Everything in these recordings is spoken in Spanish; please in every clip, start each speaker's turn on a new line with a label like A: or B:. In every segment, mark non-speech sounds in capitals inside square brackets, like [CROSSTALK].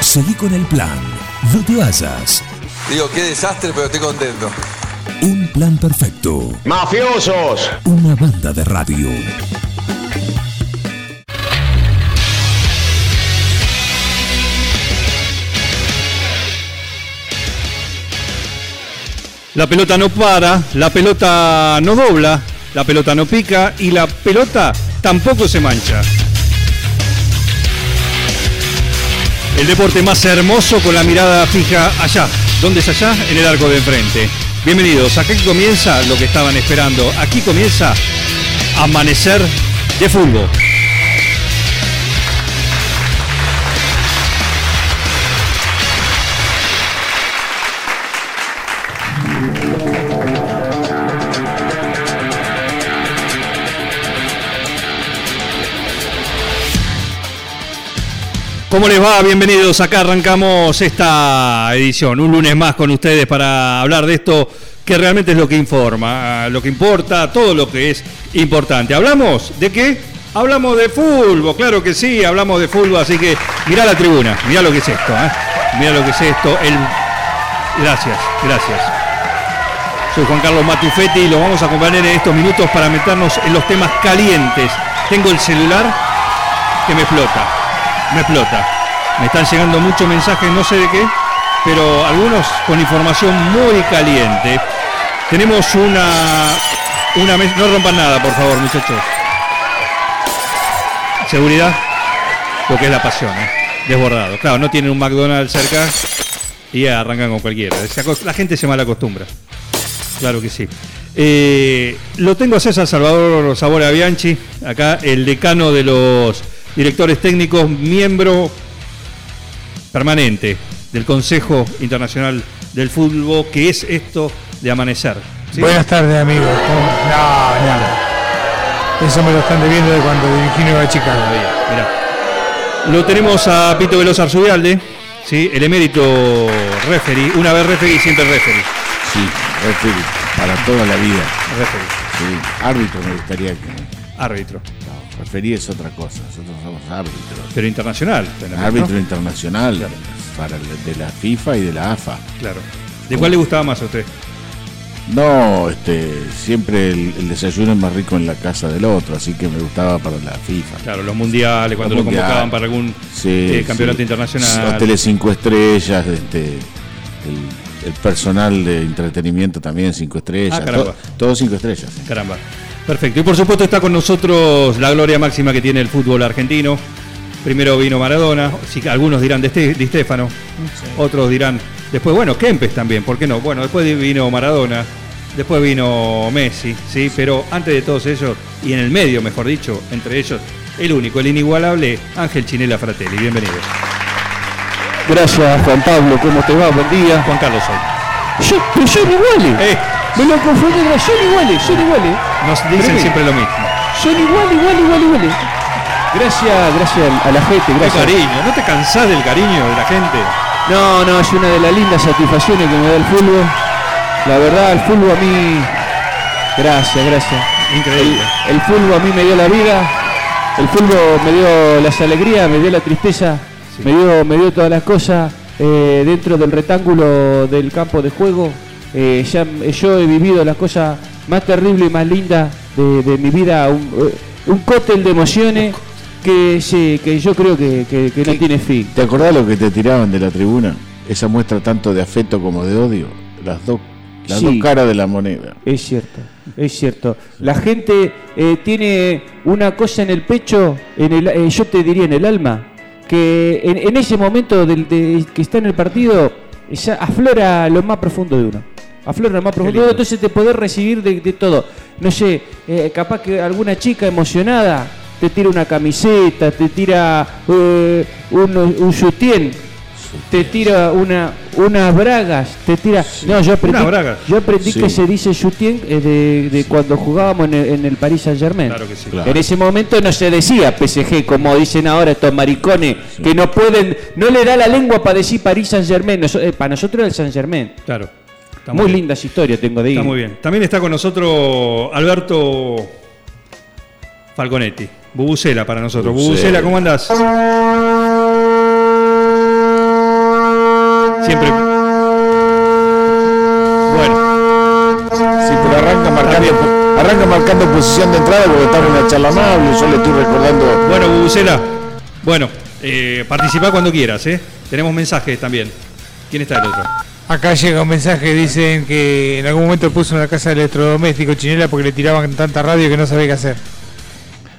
A: Seguí con el plan. No te vayas.
B: Digo, qué desastre, pero estoy contento.
A: Un plan perfecto.
C: ¡Mafiosos!
A: Una banda de radio.
D: La pelota no para, la pelota no dobla, la pelota no pica y la pelota tampoco se mancha. El deporte más hermoso con la mirada fija allá. ¿Dónde es allá? En el arco de enfrente. Bienvenidos, aquí comienza lo que estaban esperando. Aquí comienza Amanecer de Fútbol. ¿Cómo les va? Bienvenidos. Acá arrancamos esta edición, un lunes más con ustedes para hablar de esto que realmente es lo que informa, lo que importa, todo lo que es importante. ¿Hablamos de qué? Hablamos de fútbol, claro que sí, hablamos de fútbol, así que mirá la tribuna, mirá lo que es esto, ¿eh? mirá lo que es esto. El... Gracias, gracias. Soy Juan Carlos Matufetti y lo vamos a acompañar en estos minutos para meternos en los temas calientes. Tengo el celular que me explota me explota. Me están llegando muchos mensajes, no sé de qué, pero algunos con información muy caliente. Tenemos una, una mesa, no rompan nada, por favor, muchachos. Seguridad, porque es la pasión, ¿eh? desbordado. Claro, no tienen un McDonald's cerca y arrancan con cualquiera. Se aco- La gente se mal acostumbra. Claro que sí. Eh, lo tengo a César Salvador Sabora Bianchi, acá el decano de los directores técnicos, miembro permanente del Consejo Internacional del Fútbol, que es esto de amanecer. ¿sí?
E: Buenas tardes, amigos. ¿Cómo- No, no. Eso me lo están debiendo de cuando dirigí Nueva Chicago.
D: Mirá. Lo tenemos a Pito Veloz Arzubialde, ¿sí? el emérito referee, una vez referee, siempre referee.
F: Sí, referee, para toda la vida.
D: referee.
F: Sí, árbitro me gustaría que.
D: Árbitro,
F: No, referee es otra cosa, nosotros somos árbitros.
D: pero internacional. tenemos,
F: Árbitro
D: ¿no?
F: internacional para el- de la FIFA y de la AFA.
D: Claro. ¿De cuál le gustaba más a usted?
F: No, este, siempre el, el desayuno es más rico en la casa del otro, así que me gustaba para la FIFA.
D: Claro, los mundiales, cuando lo
F: mundial.
D: convocaban para algún
F: Sí,
D: eh, campeonato
F: sí.
D: internacional.
F: Hoteles cinco estrellas, este, el, el personal de entretenimiento también cinco estrellas.
D: Ah, caramba.
F: to- todos cinco estrellas. sí.
D: Caramba. Perfecto. Y por supuesto está con nosotros la gloria máxima que tiene el fútbol argentino. Primero vino Maradona, sí, algunos dirán de, Este- Di Stefano, otros dirán después, bueno, Kempes también, ¿por qué no? Bueno, después vino Maradona, después vino Messi, sí, pero antes de todos ellos, y en el medio, mejor dicho, entre ellos, el único, el inigualable, Ángel Chinela Fratelli. Bienvenido.
G: Gracias Juan Pablo, ¿cómo te va? Buen día.
D: Juan Carlos hoy.
G: Yo, pero son iguales.
D: Eh.
G: Me lo confundieron, son iguales, son iguales.
D: Nos dicen
G: Tremendo.
D: siempre lo mismo.
G: Son iguales, igual, igual, iguales. Gracias, gracias a la gente,
D: Qué
G: gracias.
D: cariño, ¿no te cansás del cariño de la gente?
G: No, no, es una de las lindas satisfacciones que me da el fútbol. La verdad, el fútbol a mí. Gracias, gracias.
D: Increíble.
G: El fútbol a mí me dio la vida, el fútbol me dio las alegrías, me dio la tristeza, me, dio, me dio todas las cosas eh, dentro del rectángulo del campo de juego. eh, ya, m- yo he vivido las cosas más terribles y más lindas de, de mi vida, un, eh, un cóctel de emociones que, sí, que yo creo que, que- que no tiene fin.
F: ¿Te acordás lo que te tiraban de la tribuna? Esa muestra tanto de afecto como de odio. Las dos, las
G: Sí.
F: dos caras de la moneda.
G: Es cierto, es cierto. La gente eh, tiene una cosa en el pecho, en el, eh, yo te diría en el alma, que en, en ese momento del, de- que está en el partido ya aflora lo más profundo de uno. Aflora lo más profundo de uno, entonces te podés recibir de, de todo. No sé, eh, capaz que alguna chica emocionada te tira una camiseta, te tira eh, un, un sutién. Te tira una, unas bragas, te tira... No, yo aprendí,
D: Unas bragas.
G: yo aprendí
F: Sí.
G: que se dice Jutien eh, de, de cuando jugábamos en el, en el Paris Saint Germain.
D: Claro que sí.
F: Claro.
G: En ese momento no se decía PSG como dicen ahora estos maricones que no pueden, no le da la lengua para decir Paris Saint Germain. para nosotros era el Saint Germain.
D: Claro. Está
G: muy
D: bien.
G: lindas historias tengo de ahí.
D: Está muy bien. También está con nosotros Alberto Falconetti. Bubucela para nosotros. Bubucela, ¿cómo andás? Siempre. Bueno,
F: Sí, pero arranca marcando, arranca marcando posición de entrada porque estamos en una charla amable. Yo le estoy recordando.
D: bueno, Bubucela. Bueno, eh, participa cuando quieras, ¿eh? Tenemos mensajes también. ¿Quién está el otro?
E: Acá llega un mensaje, dicen que en algún momento puso una casa de electrodoméstico chinela porque le tiraban tanta radio que no sabía qué hacer.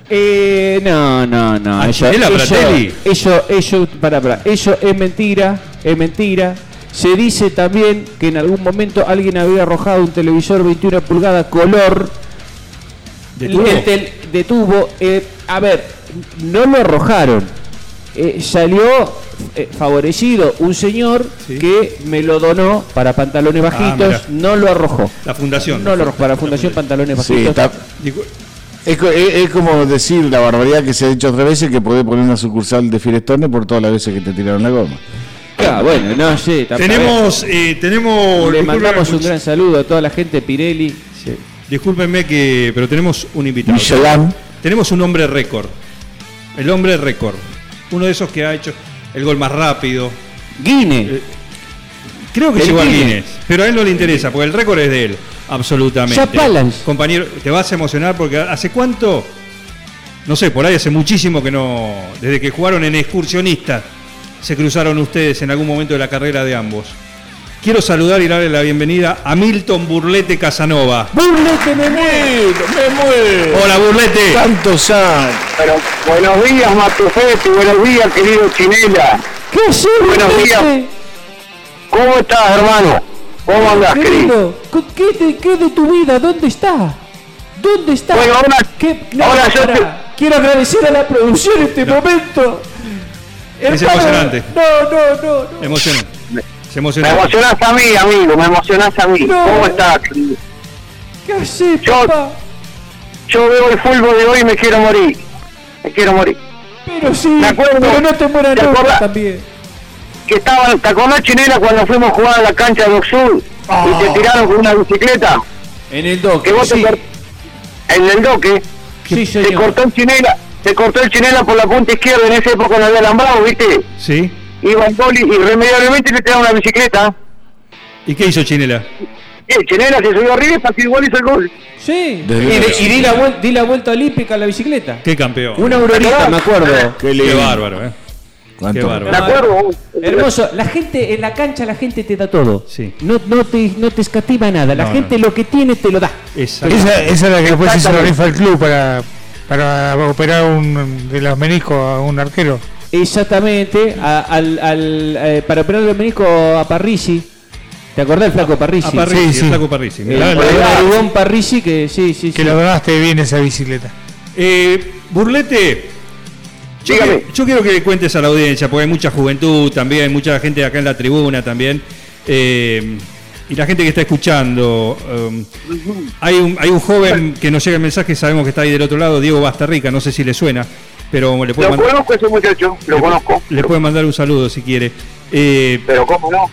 G: Eh, no, no, no.
D: ¿A
G: Eso,
D: Chinela
G: eso,
D: Fratelli?
G: eso, eso- pará, pará. Eso es mentira, es mentira. Se dice también que en algún momento alguien había arrojado un televisor 21 pulgadas color
D: ¿De
G: el- el tel- de tubo. Eh, a ver, no lo arrojaron. Eh, salió eh, favorecido un señor
D: Sí. Ah,
G: que me lo donó para pantalones bajitos,
D: mirá.
G: no lo arrojó.
D: La fundación.
G: No lo arrojó para Fundación Pantalones Bajitos.
F: Sí, está-
D: Digo-
F: es, co- es- es como decir la barbaridad que se ha dicho otras veces que podés poner una sucursal de Firestone por todas las veces que te tiraron la goma.
G: Ah, bueno, no sé. tampoco-
D: Tenemos, eh, tenemos.
G: Le
D: disculpen-
G: mandamos un gran saludo a toda la gente de Pirelli.
D: Discúlpenme que, pero tenemos un invitado.
F: Michelin.
D: Tenemos un hombre récord. El hombre récord. Uno de esos que ha hecho el gol más rápido. Eh,
G: Guine.
D: Creo que
G: El
D: llegó al
G: Guinness.
D: Guinness, pero a él no le interesa, porque el récord es de él, absolutamente.
G: Jack Palance.
D: Compañero, te vas a emocionar porque hace cuánto, no sé, por ahí hace muchísimo que no, desde que jugaron en excursionista, se cruzaron ustedes en algún momento de la carrera de ambos. Quiero saludar y darle la bienvenida a Milton Burlete Casanova.
F: ¡Burlete, me muero! ¡Me muero!
D: Hola Burlete.
F: ¡Tantos años!
C: Bueno, buenos días, Matufetti, buenos días, querido Chinela.
G: ¿Qué haces,
C: Buenos
G: Burlete?
C: días. ¿Cómo estás, hermano? ¿Cómo andas, querido?
G: Querido, ¿con ¿qué de, qué de tu vida? ¿Dónde está? ¿Dónde está?
C: Bueno, ahora-
G: ¿Qué?
C: ahora yo
G: pará. Quiero agradecer a la producción en este momento.
D: Es
G: Hermano,
D: emocionante.
G: No, no, no, no.
D: Emocionó. Se
C: Me
D: emocionó.
C: emocionás a mí, amigo, me emocionás a mí.
G: No.
C: ¿Cómo estás, querido?
G: ¿Qué haces,
C: Yo-
G: papá?
C: Yo veo el fútbol de hoy y me quiero morir. Me quiero morir.
G: Pero sí,
C: Me acuerdo.
G: pero no te mueras
C: ¿Te
G: nunca
C: acordás?
G: también.
C: Que estaban, ¿Te acordás, Chinela, cuando fuimos a jugar a la cancha de Oxur? Y te tiraron con una bicicleta.
G: En el dock.
C: Que vos te
G: Ah. Sí,
C: cort- En el doque.
G: sí,
C: Te
G: señor.
C: cortó el Chinela. Te cortó el Chinela por la punta izquierda. En esa época no había alambrado, ¿viste?
D: Sí.
C: iba al gol y irremediablemente le tiraron la bicicleta.
D: ¿Y qué hizo Chinela?
C: Y el Chenela se subió arriba y pasó igual hizo el gol.
G: Sí. Y,
F: Desde luego.
G: de- y di, la vuel- di la vuelta olímpica a la bicicleta.
D: Qué campeón.
G: Una aurorita, me acuerdo.
F: ¡Qué
D: Qué
F: lindo!
D: bárbaro, ¿eh?
F: ¿Cuánto?
D: Qué bárbaro.
C: ¿De acuerdo?
G: Hermoso, la gente en la cancha, la gente te da todo.
D: Sí.
G: No, no, te, no te escatima nada, la
D: No,
G: gente lo que tiene te lo da.
D: Esa-
E: Esa, esa es la que después hizo la
C: Exactamente.
E: rifa del club para, para operar un, de los meniscos a un arquero.
G: Exactamente, a- al, al, eh, para operar el menisco a Parrisi. ¿Te acordás del flaco Parrisi?
D: A Parrisi,
E: Sí, sí. Eh,
D: el Ah, flaco Parrisi.
G: El,
D: Mirá,
G: el
D: la-
G: barrigón Parrisi que sí, sí,
E: Que
G: sí.
E: la donaste bien esa bicicleta.
D: Eh, Burlete, yo,
C: Dígame.
D: que- yo quiero que le cuentes a la audiencia, porque hay mucha juventud también, mucha gente acá en la tribuna también, eh, y la gente que está escuchando. um, hay, un, hay un joven que nos llega el mensaje, sabemos que está ahí del otro lado, Diego Bastarrica, no sé si le suena, pero le puede
C: Lo
D: mandar,
C: conozco a ese muchacho, lo
D: le-
C: conozco.
D: le puede mandar un saludo si quiere. Eh,
C: Pero cómo no.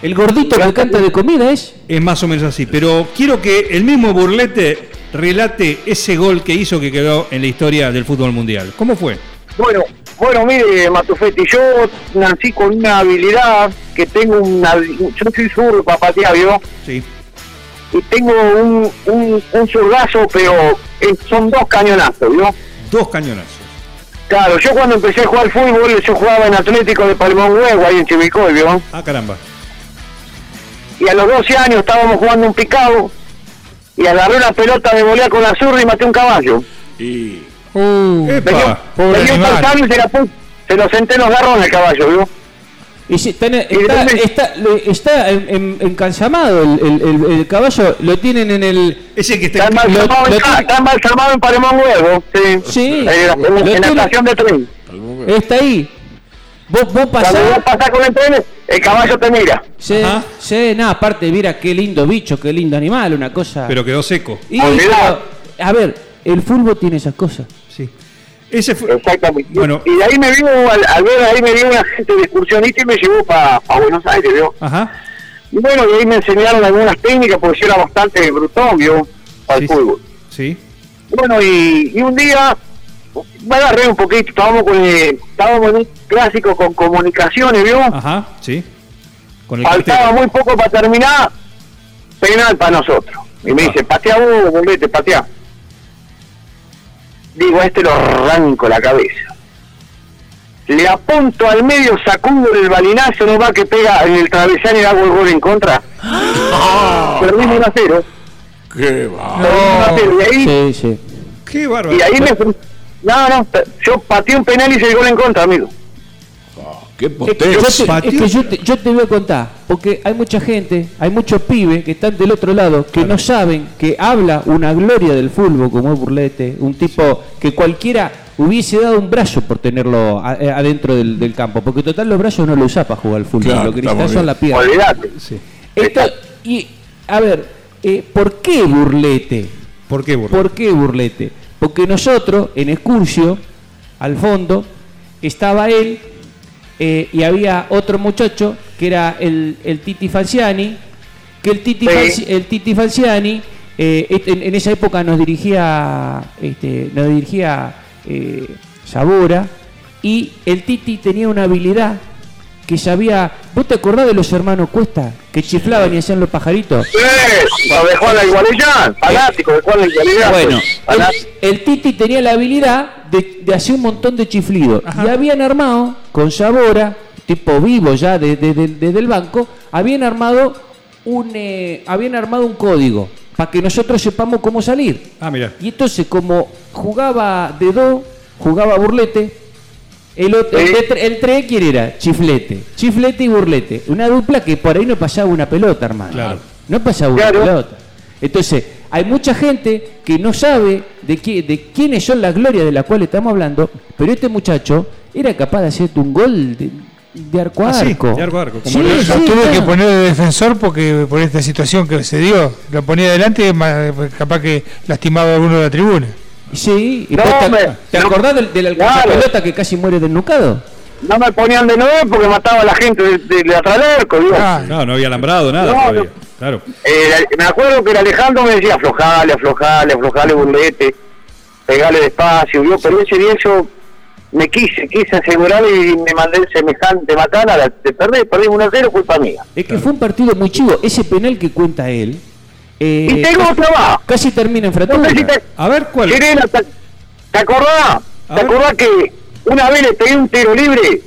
G: El gordito que canta de comida es.
D: es más o menos así, pero quiero que el mismo Burlete relate ese gol que hizo que quedó en la historia del fútbol mundial. ¿Cómo fue?
C: Bueno, bueno, mire, Matufetti, yo nací con una habilidad que tengo una... Yo soy zurdo, papá, ¿vio?
D: Sí.
C: Y tengo un, un, un zurdazo, pero eh, son dos cañonazos, ¿vio?
D: Dos cañonazos.
C: Claro, yo cuando empecé a jugar al fútbol, yo jugaba en Atlético de Palmón Huevo, ahí en Chivicoy, ¿vio?
D: Ah, caramba.
C: y a los 12 años estábamos jugando un picado y agarré una pelota de volea con la zurda y maté un caballo.
F: Y-
E: Uh,
D: Epa.
C: Me dio-
E: pobre
C: me dio un
E: animal.
C: tarzán y se, la pu- se lo senté en los garrones al caballo, ¿vio?
G: Y sí, está, en- está,
C: después-
G: está- le- está en- en- encalzamado el, el- el- el caballo, lo tienen en el.
D: Ese que está
C: Está
D: en
C: embalsamado,
G: lo-
C: en, ca- está embalsamado en Palemón Huevo, sí. Eh,
G: Sí.
C: En, la- en la-
G: Lo
C: en la
G: tiene-
C: estación de tren.
G: Está ahí. Vos, vos pasás.
C: Cuando vos pasás con el tren, el caballo te mira.
G: Sí,
D: Ajá.
G: sí, nada, aparte, mira qué lindo bicho, qué lindo animal, una cosa.
D: Pero quedó seco.
G: Y,
C: Olvidá.
G: pero, a ver, el fútbol tiene esas cosas.
D: Sí. Ese fue.
C: Exactamente.
D: Bueno.
C: Y de ahí me vino, al, al ver, ahí me vino una gente de excursionista y me llevó para Buenos Aires, ¿vio?
D: Ajá.
C: Y bueno, de ahí me enseñaron algunas técnicas porque yo era bastante brutón, ¿vio? Al
D: Sí,
C: fútbol.
D: Sí.
C: Bueno, y, y un día me agarré un poquito, estábamos, con, eh, estábamos en un clásico con comunicaciones, ¿vio?
D: Ajá. Sí. con el
C: faltaba
D: cartero.
C: muy poco para terminar, penal para nosotros. Y
F: Ah.
C: me dice, patea vos, bombete, patea. Digo, a este lo arranco la cabeza. Le apunto al medio, sacudo el balinazo, no va que pega en el travesaño y hago el gol en contra. Perdimos 1 a
F: Ah.
C: 0.
F: Qué va.
C: Perdimos 1 a 0. Y ahí,
G: Sí, sí.
D: Qué bárbaro.
C: y ahí me... fru- No, no, yo pateé un penal y hice el gol en contra, amigo.
F: Qué
G: Es que,
F: potente.
G: yo te,
D: Patió.
G: es que yo te- yo te voy a contar, porque hay mucha gente, hay muchos pibes que están del otro lado, que no saben que habla una gloria del fútbol como es Burlete, un tipo que cualquiera hubiese dado un brazo por tenerlo a- eh, adentro del, del campo, porque total los brazos no lo usás para jugar al fútbol,
F: Claro,
G: lo que
F: estamos
G: necesitas son
F: bien.
G: la pierna.
C: Olvidate.
G: Esto- y, a ver, eh, ¿por qué Burlete?
D: ¿Por qué, Burro?
G: ¿Por qué burlete? Porque nosotros, en Excursio, al fondo, estaba él eh, y había otro muchacho que era el, el Titi Falciani, que el Titi,
C: Sí.
G: Falci- el Titi Falciani eh, est- en, en esa época nos dirigía, este, nos dirigía eh, Sabora y el Titi tenía una habilidad que sabía, ¿vos te acordás de los hermanos Cuesta que chiflaban y hacían los pajaritos?
C: Sí, lo dejó a la igualidad, fanático, dejó a la igualidad.
G: Bueno,
C: Fanático.
G: el, el Titi tenía la habilidad de, de hacer un montón de chiflidos. Y habían armado, con Sabora, tipo vivo ya desde el banco, habían armado un, eh, habían armado un código para que nosotros sepamos cómo salir.
D: Ah, mira.
G: Y entonces, como jugaba de dos, jugaba burlete, el, otro, el,
C: Sí.
G: de tre- el tres, ¿quién era? Chiflete. Chiflete y burlete. Una dupla que por ahí no pasaba una pelota, hermano.
D: Claro.
G: No pasaba una
C: Claro.
G: pelota. Entonces, hay mucha gente que no sabe de, qué, de quiénes son las glorias de las cuales estamos hablando, pero este muchacho era capaz de hacerte un gol de, de arco a
D: Ah, sí,
G: arco.
D: de arco a arco, como
G: Sí,
D: lo hizo.
G: sí,
E: Lo tuve
G: claro.
E: que poner de defensor porque por esta situación que se dio. Lo ponía adelante, más- pues, capaz que lastimaba a alguno de la tribuna.
G: Sí, y
C: No,
G: vos te,
C: hombre,
G: ¿te
C: no.
G: acordás del, del
C: Claro.
G: pelota que casi muere desnucado?
C: No me ponían de nuevo porque mataba a la gente de, de, de atrás del arco, digo.
E: Ah,
D: No, no había alambrado, nada
C: No,
D: todavía.
C: no.
D: Claro.
C: Eh, me acuerdo que el Alejandro me decía, aflojale, aflojale, aflojale, burlete, pegale despacio, yo, pero ese día yo me quise, quise asegurar y me mandé el semejante matar a la de perder, perdí 1 0, culpa mía.
G: Es que fue un partido muy chivo. Ese penal que cuenta él. eh,
C: y tengo otra más.
G: Casi termina en
C: No
G: fractura.
C: sé si te,
D: A ver, ¿cuál?
C: Sirena, ¿te, te acordás?
D: A
C: ¿Te
D: ver.
C: acordás que una vez le pegué un tiro libre?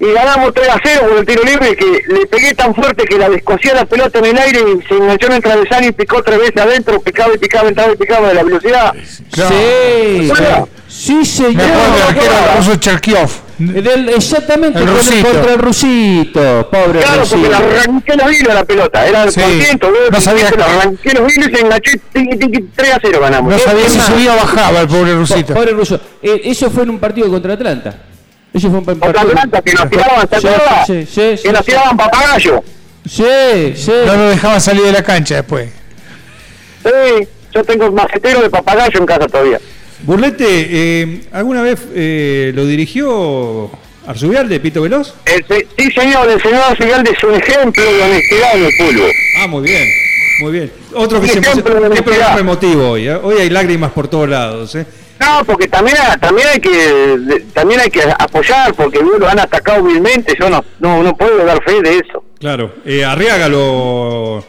C: Y ganamos 3 a 0 por el tiro libre que le pegué tan fuerte que la descosía la pelota en el aire y se enganchó en el travesaño y picó tres veces adentro, picaba y picaba, entraba y picaba de la velocidad.
G: Sí,
C: Bueno.
G: sí,
E: me acuerdo del
G: señor.
E: arquero ruso Cherkiov.
G: Del- exactamente,
E: El
G: con-
E: rusito.
G: contra el rusito, pobre
C: Claro, porque
G: rusito.
C: le arranqué los hilos a la pelota, era el
E: Sí.
C: contento,
E: No
C: boludo,
E: sabía
C: le
E: que-
C: arranqué los hilos y se enganchó y tiqui, tiqui, 3 a 0 ganamos.
E: No
C: Eh,
E: sabía si
C: más,
E: subía o bajaba el pobre
G: Po-
E: rusito.
G: Pobre ruso. Eh, eso fue en un partido contra Atlanta. Eso fue un par-
C: Otra
G: partido.
C: planta que nos tiraban, ¿te
G: Sí,
C: acordás?
G: sí, sí, sí,
C: que nos
G: sí.
C: tiraban papagayo.
G: Sí, sí.
E: No lo dejaban salir de la cancha después.
C: Sí, yo tengo un macetero de papagayo en casa todavía.
D: Burlete, eh, ¿alguna vez eh, lo dirigió Arzubialde, Pito Veloz?
C: El se- sí, señor, el señor Arcigalde es un ejemplo de honestidad en el fútbol.
D: Ah, muy bien, muy bien. Otro que
C: Un
D: se
C: ejemplo de
D: Qué
C: honestidad.
D: programa emotivo hoy, ¿eh? Hoy hay lágrimas por todos lados, ¿eh?
C: No, porque también, ha- también hay que de- también hay que apoyar, porque lo han atacado vilmente, yo no, no, no puedo dar fe de eso.
D: Claro. Eh, Arriaga lo.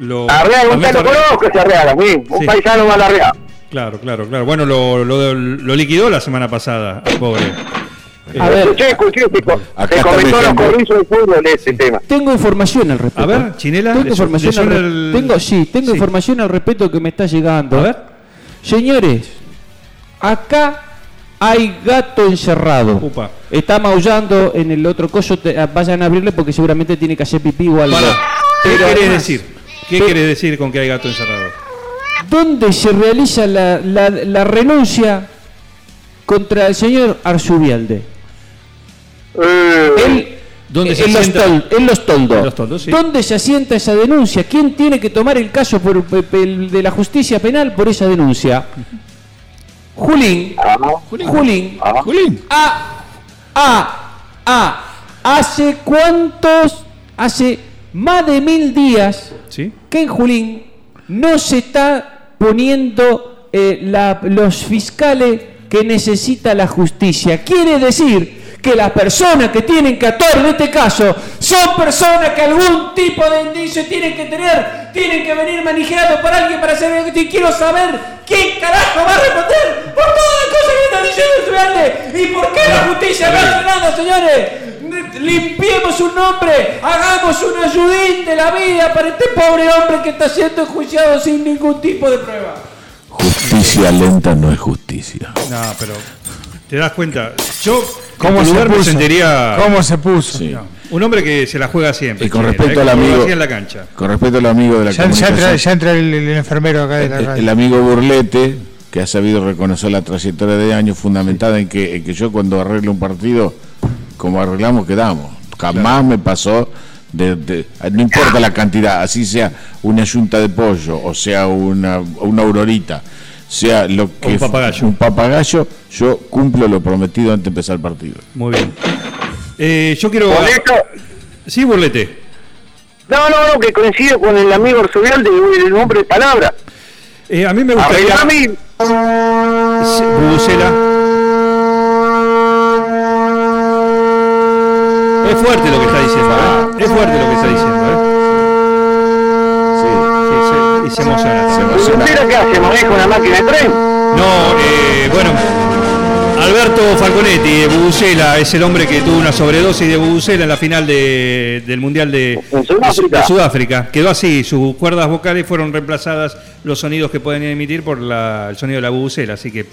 D: lo
C: Arreaga, usted
D: Alberto
C: lo
D: Arriaga.
C: conozco, ese Arreaga, sí, un
D: Sí.
C: paisano mal Arreaga.
D: Claro, claro, claro. Bueno, lo, lo- lo liquidó la semana pasada, al pobre.
G: A ver,
C: Escuché, escuché, se, co-
F: Acá
C: se
F: está
C: comentó
F: mi
C: los
F: ejemplo.
C: corrillos del fútbol de ese tema.
G: tengo información al respecto.
D: A ver, Chinela,
G: Tengo
D: le su-
G: información
D: le
G: al
D: suena
G: re-
D: el-
G: tengo- sí, tengo
D: Sí.
G: información al respecto que me está llegando.
D: A ver.
G: Señores, acá hay gato encerrado.
D: Upa.
G: Está maullando en el otro coso. te- ah, vayan a abrirle porque seguramente tiene que hacer pipí o algo.
D: Pará, ¿Qué
G: Pero
D: querés
G: además,
D: decir? ¿Qué
G: Pero-
D: querés decir con que hay gato encerrado?
G: ¿Dónde se realiza la, la- la renuncia contra el señor Arzubialde?
C: Eh,
G: Él-
D: ¿Dónde se
G: en, los
D: asienta?
G: tol- en los toldos.
D: En los toldos, sí.
G: ¿Dónde se asienta esa denuncia? ¿Quién tiene que tomar el caso por- pe- pe- de la justicia penal por esa denuncia? Julín. Julín.
F: Julín.
G: A. A. A. ¿Hace cuántos? Hace más de mil días
D: ¿Sí?
G: que en Julín no se está poniendo eh, la- los fiscales que necesita la justicia. Quiere decir que las personas que tienen que actuar en este caso son personas que algún tipo de indicio tienen que tener, tienen que venir manejando por alguien para hacer y quiero saber quién carajo va a responder por todas las cosas que [LAUGHS] están diciendo estudiantes y por qué la justicia no hace nada, señores. Limpiemos un nombre, hagamos un ayudín de la vida para este pobre hombre que está siendo enjuiciado sin ningún tipo de prueba.
F: Justicia lenta no es justicia.
D: No, pero te das cuenta. Yo, en
E: ¿Cómo
D: tu
E: se
D: lugar me
E: puso?
D: sentiría
E: ¿Cómo se puso?
F: Sí.
E: No.
D: un hombre que se la juega siempre.
F: Y con
D: che,
F: respecto
D: ¿eh?
F: al
D: Como lo
F: amigo.
D: hacía en la cancha.
F: Con respecto al amigo de la
E: Ya, ya
F: comunicación, Eh,
E: entra, ya entra el, el enfermero acá de la
F: el,
E: radio.
F: el amigo Burlete, que ha sabido reconocer la trayectoria de años fundamentada en que, en que yo cuando arreglo un partido, como arreglamos, quedamos. Jamás me pasó, de, de- no importa la cantidad, así sea una yunta de pollo, o sea una, una aurorita, sea lo que...
D: un papagayo.
F: un papagayo, yo cumplo lo prometido antes de empezar el partido.
D: Muy bien. Eh, yo quiero.
C: Con esto,
D: Sí, burlete.
C: no, no, no, que coincido con el amigo Arzubial del nombre de palabra.
D: Eh, a mí me gustaría.
C: Arreglame,
D: Sí, bubucela. Es fuerte lo que está diciendo, ¿eh? Es fuerte lo que está diciendo, ¿eh?
F: Sí.
D: Sí, se- y se emociona.
F: Se
C: ¿Y
F: emociona.
C: usted qué hace? ¿Maneja una máquina de tren?
D: No, eh, bueno, Alberto Falconetti de Bubucela es el hombre que tuvo una sobredosis de Bubucela en la final de- del Mundial de,
C: En Sudáfrica.
D: de Sudáfrica. Quedó así, sus cuerdas vocales fueron reemplazadas los sonidos que pueden emitir por la- el sonido de la Bubucela, así que...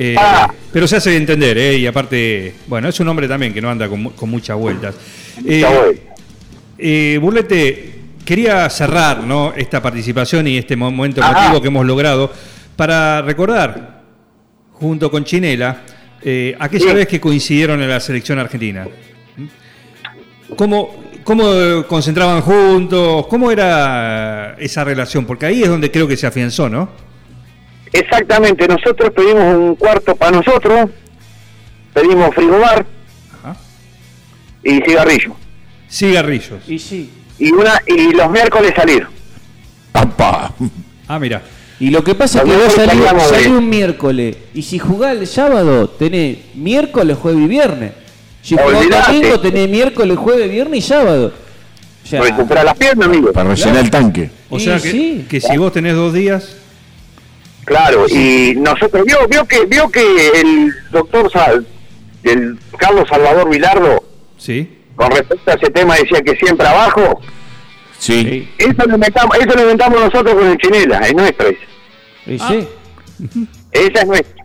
D: eh,
C: Ah.
D: Pero se hace entender, ¿eh? y aparte, bueno, es un hombre también que no anda con, mu- con muchas vueltas. Eh,
C: Ya voy.
D: eh, Burlete, quería cerrar ¿no? esta participación y este momento
C: Ajá.
D: emotivo que hemos logrado para recordar, junto con Chinela, eh, aquella
C: Sí.
D: vez que coincidieron en la selección argentina. ¿Mm? ¿Cómo, cómo eh, concentraban juntos? ¿Cómo era esa relación? Porque ahí es donde creo que se afianzó, ¿no?
C: Exactamente, nosotros pedimos un cuarto para nosotros, pedimos frigobar
D: Ajá.
C: y cigarrillo.
D: Cigarrillos.
G: Y sí.
C: Y una y los miércoles salir.
F: Papá.
D: Ah, mira.
G: Y lo que pasa es que
C: Lo
G: vos
C: mejor
G: salís,
C: estaría
G: salís
C: mover.
G: un miércoles y si jugás el sábado tenés miércoles, jueves y viernes. Si jugás
C: Olvidate.
G: domingo tenés miércoles, jueves, viernes y sábado. O sea,
C: Recuperar las piernas, amigo.
F: Para rellenar el tanque.
D: O
G: Y
D: sea que,
G: sí.
D: que si vos tenés dos días,
C: Claro, y nosotros vio, vio que vio que el doctor Sal, el Carlos Salvador Vilardo,
D: sí.
C: con respecto a ese tema decía que siempre abajo,
F: Sí.
C: eso lo inventamos, eso lo inventamos nosotros con el chinela, es nuestra
G: y
C: esa.
G: sí.
C: Esa es nuestra.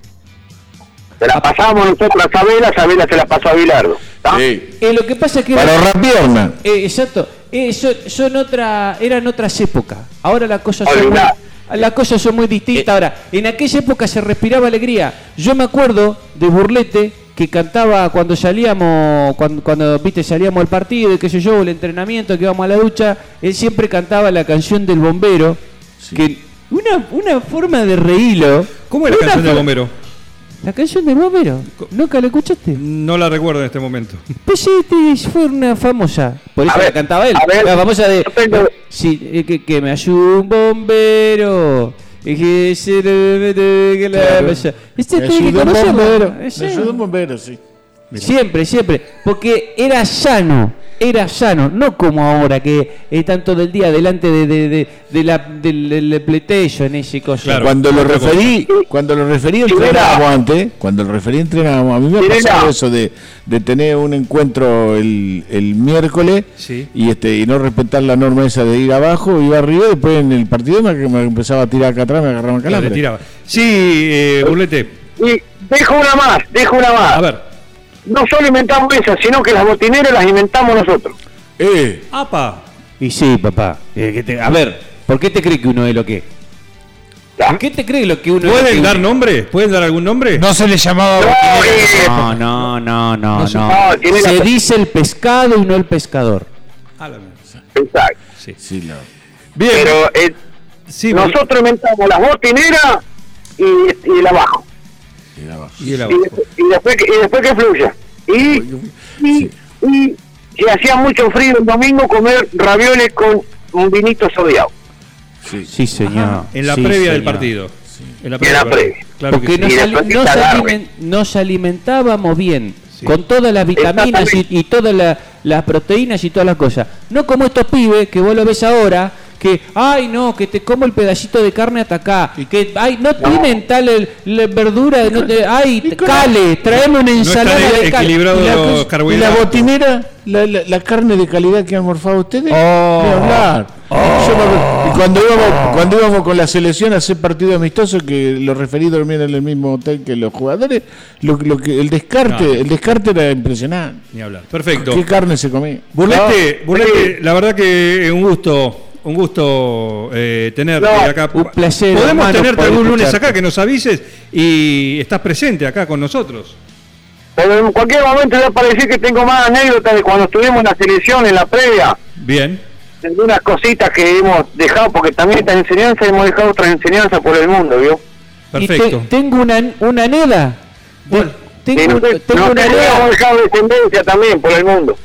C: Se la pasamos nosotros a Sabela, Sabela se la pasó a Vilardo. ¿tá?
F: Sí.
G: Eh, lo que pasa es que...
F: Para ahorrar pierna.
G: Eh, exacto. Eh, son, son otra, eran otras épocas. Ahora las cosas son muy,
C: Olvidá. Eh.
G: las cosas son muy distintas. Ahora, en aquella época se respiraba alegría. Yo me acuerdo de Burlete que cantaba cuando salíamos, cuando, cuando viste salíamos al partido y qué sé yo, el entrenamiento, que íbamos a la ducha, él siempre cantaba la canción del bombero, que una, una forma de reírlo.
D: ¿Cómo era la
G: Una
D: canción del
G: for-
D: bombero?
G: La canción del bombero. ¿Nunca la escuchaste?
D: No la recuerdo en este momento.
G: Pues sí, este fue una famosa. Por eso
C: A
G: la
C: ver,
G: cantaba él.
C: a ver,
G: la famosa de.
C: yo tengo-
G: Sí, eh, que, que me ayude un bombero. eh, Que se le- que la-
F: Claro.
G: Este
F: Me
G: tiene que
F: ayuda un
G: conocerlo,
F: bombero.
G: eh, sí.
F: Me ayuda un bombero, sí.
G: Siempre, siempre. Porque era sano. Era sano. No como ahora, que están todo el día delante de, de, de, de la, del, del PlayStation, ese cosa.
D: Claro.
F: Cuando lo
D: otra cosa.
F: referí, cuando lo referí
C: Chilena.
F: entrenábamos antes, cuando lo referí entrenábamos, a mí me ha
C: Chilena.
F: pasado eso de, de tener un encuentro el, el miércoles
D: Sí.
F: y este y no respetar la norma esa de ir abajo, iba arriba y después en el partido me, me empezaba a tirar acá atrás, me agarraban
D: La
F: calambre.
D: retiraba. Sí, eh, Burlete.
C: Y dejo una más, dejo una más.
D: A ver.
C: No solo inventamos esas, sino que las botineras las inventamos nosotros.
F: Eh,
D: ¡Apa!
G: Y sí, papá. Eh, que te- a ver, ¿por qué te cree que uno es lo que es? ¿Por qué te cree lo que uno es? lo que
D: ¿Pueden
G: uno
D: dar
G: es?
D: nombre? ¿Pueden dar algún nombre?
E: No se le llamaba botinera.
C: eh,
G: No, no, no, no, no.
C: no, tiene la-
G: Se dice el pescado y no el pescador.
D: Ah, la mierda.
C: Exacto.
D: Sí.
F: sí, la-
D: Bien,
C: Pero eh,
D: sí, Burlete.
C: nosotros inventamos las botineras y, y el abajo.
F: la baja.
D: Y el
C: Y,
D: abajo.
C: después- y después, que- y después que fluya. Y, y, y si hacía mucho frío el domingo, comer ravioles con un vinito sodiado.
F: Sí.
G: Sí, señor.
D: en la
G: Sí,
D: previa del
G: señor.
D: partido. En la
C: En la
D: del partido.
C: previa.
D: Claro que
G: Porque
D: sí.
G: nos,
C: Y
G: ali-
C: después que
G: nos
C: se agarre.
G: alimen- nos alimentábamos bien. con todas las vitaminas y, y todas la- las proteínas y todas las cosas. No como estos pibes que vos lo ves ahora, que, ay no, que te como el pedacito de carne hasta acá, que, ay, no tienen tal el- la verdura, no te- ay, cale, traeme una ensalada
D: está
G: de cale.
D: equilibrado
F: Y la
D: los
F: cosa- y la
D: carbohidratos.
F: botinera, la, la- la carne de calidad que han morfado ustedes,
D: Oh.
F: ni hablar. Yo me acuerdo- y cuando íbamos, cuando íbamos con la selección a hacer partido amistoso, que los referidos dormían en el mismo hotel que los jugadores, lo, lo que, el descarte,
D: No.
F: el descarte era impresionante.
D: Ni hablar. Perfecto.
F: ¿Qué carne se comía?
D: Burlete, Burlete, la verdad que un gusto, un gusto eh, tenerte
C: No,
D: acá.
G: un placer,
D: Podemos
G: hermano,
D: tenerte
G: poder
D: algún lunes
G: escucharte.
D: acá, que nos avises y estás presente acá con nosotros.
C: Pero en cualquier momento voy a aparecer que tengo más anécdotas de cuando estuvimos en la selección, en la previa.
D: Bien.
C: Algunas cositas que hemos dejado, porque también estas enseñanzas hemos dejado otras enseñanzas por el mundo, ¿vio?
G: Y te-
D: Perfecto.
G: tengo una, una neda.
D: ¿Cuál?
C: Que
G: Tengo,
C: no sé-
G: tengo
C: no
G: una
C: sé si
G: neda.
C: hemos dejado descendencia también por el mundo.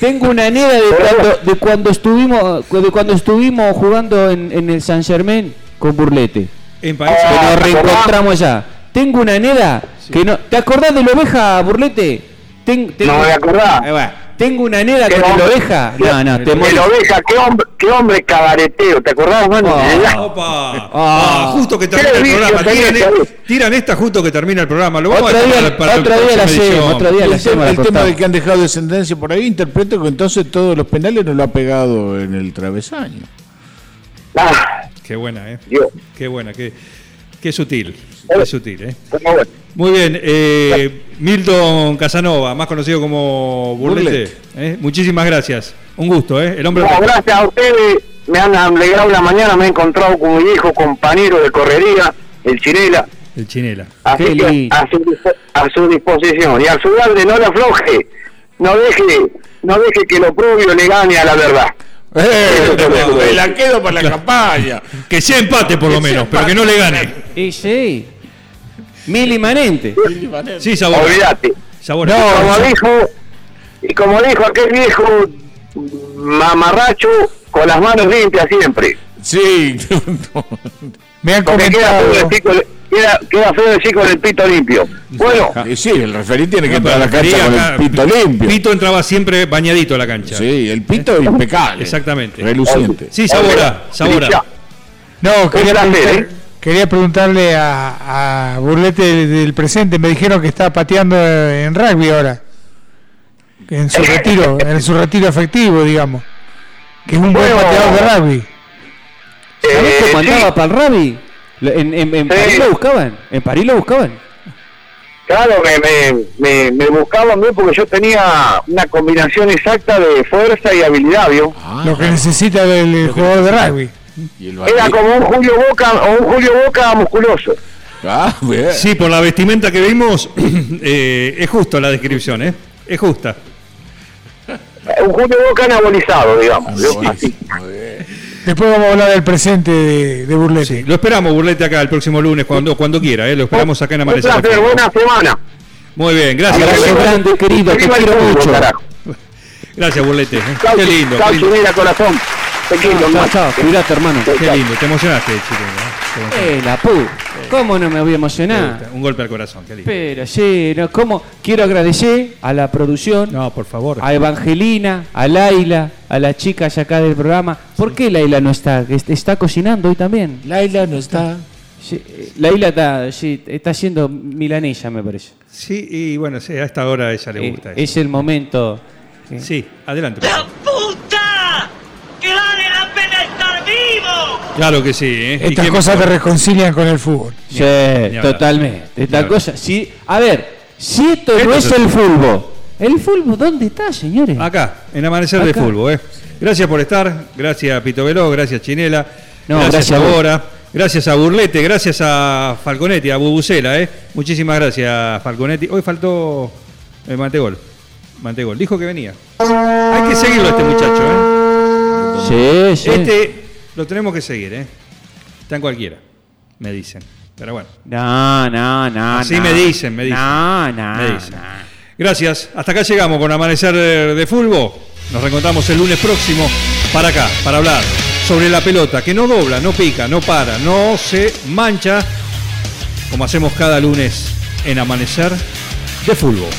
G: Tengo una neda de cuando, de cuando estuvimos de cuando estuvimos jugando en, en el San Germain con Burlete.
D: En París.
G: Que
C: Ah,
G: nos
C: ¿te acordás?
G: reencontramos allá. Tengo una neda que no. ¿Te acordás de la oveja, Burlete? Ten- tengo-
C: No me voy a acordar.
D: Eh,
G: Ahí va. Tengo una neda
C: ¿Qué
G: con la
C: hombre?
G: oveja. No, no, te
C: El
G: morís.
C: oveja, qué hombre, qué hombre cabareteo, ¿te acordás, mano?
G: Ah.
D: Opa.
G: Ah.
D: Ah, justo que
C: Qué
D: termina el
C: vicio
D: programa.
C: tenés,
D: Tiran,
C: David.
D: e- tiran esta justo que termina el programa. Lo vamos
G: Otro
D: a dejar
G: día,
D: para la
G: otro día la
D: próxima
G: hacemos,
D: edición.
G: otro día la
F: El, tema-
G: hacemos. la
F: el tema
G: cortamos.
F: de que han dejado descendencia por ahí, interpreto que entonces todos los penales no lo ha pegado en el travesaño.
C: [LAUGHS] Ah,
D: Qué buena, eh.
C: Dios.
D: Qué buena, qué, qué sutil.
C: Eh.
D: Qué sutil, eh.
C: pero bueno.
D: Muy bien, eh, Milton Casanova, más conocido como Burlete.
F: Burlete.
D: ¿eh? Muchísimas gracias. Un gusto, ¿eh? El hombre.
C: No,
D: perfecto.
C: gracias a ustedes, me han alegrado la mañana, me he encontrado con mi viejo compañero de correría, el Chirela,
D: El chinela.
C: así
G: Qué
C: que
G: lindo.
C: a su, dispo- a su disposición. Y al su grande, no le afloje, no deje, no deje que lo propio le gane a la verdad.
F: ¡Eh! Me la quedo para la campaña.
D: Que sea empate por lo menos, pero que no le gane.
G: Y sí. Mil inmanente.
D: Sí, sabor.
C: Olvídate.
D: Sabor.
C: Y como dijo, y como dijo aquel viejo mamarracho, con las manos limpias siempre.
F: [LAUGHS] Sí.
E: Me han
C: Porque queda
E: comentado.
C: feo, decir con el- queda, queda feo decir con el pito limpio. Bueno,
F: Y sí, el referí tiene que
D: Ah. No,
F: entrar a la
D: pero
F: cancha con
D: acá-
F: el pito limpio.
D: Pito entraba siempre bañadito a la cancha.
F: Sí, el pito impecable.
D: Exactamente.
F: Reluciente.
D: Sí, Sabora, Sabora.
C: Trinchá.
E: No, quería
C: placer,
E: preguntar-
C: ¿eh?
E: quería preguntarle a, a Burlete del, del presente. Me dijeron que está pateando eh, en rugby ahora. En
C: [LAUGHS]
E: su retiro, en su retiro efectivo, digamos. Que es un buen
C: Bueno.
E: pateador de rugby.
G: ¿Sabés
C: Eh,
G: cómo andaba
C: sí,
G: para el Rabi? Lo- En, en- en
C: Sí.
G: París lo buscaban. En París lo buscaban.
C: claro, me, me, me, me buscaba a mí porque yo tenía una combinación exacta de fuerza y habilidad, ¿vio?
F: Ah,
E: lo que necesita el, el jugador de rugby.
F: y el
C: Era
F: barrio.
C: como un Julio Boca o un Julio Boca musculoso.
F: Ah, bien.
D: Sí, por la vestimenta que vimos, [CLEARS THROAT] eh, es justo la descripción, ¿eh? Es justa.
C: Eh, Un Julio Boca anabolizado,
F: Sí,
C: digamos. ¿vio?
F: sí,
C: Así.
F: muy bien.
E: Después vamos a hablar del presente de, de Burlete.
D: Sí, lo esperamos, Burlete, acá el próximo lunes, cuando, cuando quiera, ¿eh? Lo esperamos acá en
C: Un
D: Amanecer.
C: placer,
D: Rojo.
C: buena semana.
D: Muy bien,
G: Abrazo
D: gracias.
G: grande, querido. Te
C: Viva el
G: quiero
C: fútbol,
G: mucho.
C: carajo.
D: Gracias, Burlete. ¿eh?
C: Chau,
D: Qué lindo, Ah,
C: chau,
D: qué lindo,
C: Chimera, corazón. Te quiero,
G: Chao,
C: hermano.
G: chao. Cuidate, hermano.
D: qué lindo. Te emocionaste, chico. ¿eh? Te emocionaste.
G: Eh, la pu. ¿Cómo no me voy a emocionar?
D: Un golpe al corazón, qué lindo.
G: Pero sí, no, ¿cómo? Quiero agradecer a la producción,
D: No, por favor.
G: a Evangelina, a Laila, a las chicas acá del programa. ¿Por qué Laila no está? Est- Está cocinando hoy también.
F: Laila no está.
G: Sí, eh, Laila está, sí, está haciendo milanesa, me parece.
D: Sí, y bueno, sí, a esta hora a ella le
G: Eh,
D: gusta. eso.
G: es el momento. eh,
D: Sí, adelante. por
H: ¡La
D: favor.
H: puta! ¡Que vale la pena estar vivo!
D: Claro que sí, ¿eh? ¿Y
E: Estas
D: qué
E: cosas te
D: mejor?
E: reconcilian con el fútbol.
G: Sí,
D: ni hablar.
G: totalmente.
D: Ni
G: Esta
D: hablar.
G: cosa, sí. A ver, si esto no es
D: Esto es-
G: el fútbol. ¿El fútbol dónde está, señores?
D: Acá, en Amanecer de
G: Acá.
D: Fútbol. ¿eh? Gracias por estar, gracias Pito Veloz, gracias Chinela,
G: No,
D: gracias,
G: gracias a
D: a
G: vos.
D: Bora, gracias a Burlete, gracias a Falconetti, a Bubucela. ¿eh? Muchísimas gracias, Falconetti. Hoy faltó eh, Mantegol. Mantegol, dijo que venía. Hay que seguirlo a este muchacho. ¿eh?
G: Sí, sí.
D: Este lo tenemos que seguir. ¿eh? Está en cualquiera, me dicen. Pero bueno,
G: No, no, no.
D: así
G: no.
D: me dicen, me dicen.
G: No, no.
D: me dicen.
G: no.
D: Gracias, hasta acá llegamos con Amanecer de de Fulbo. Nos reencontramos el lunes próximo para acá, para hablar sobre la pelota, que no dobla, no pica, no para, no se mancha, como hacemos cada lunes en Amanecer de Fulbo.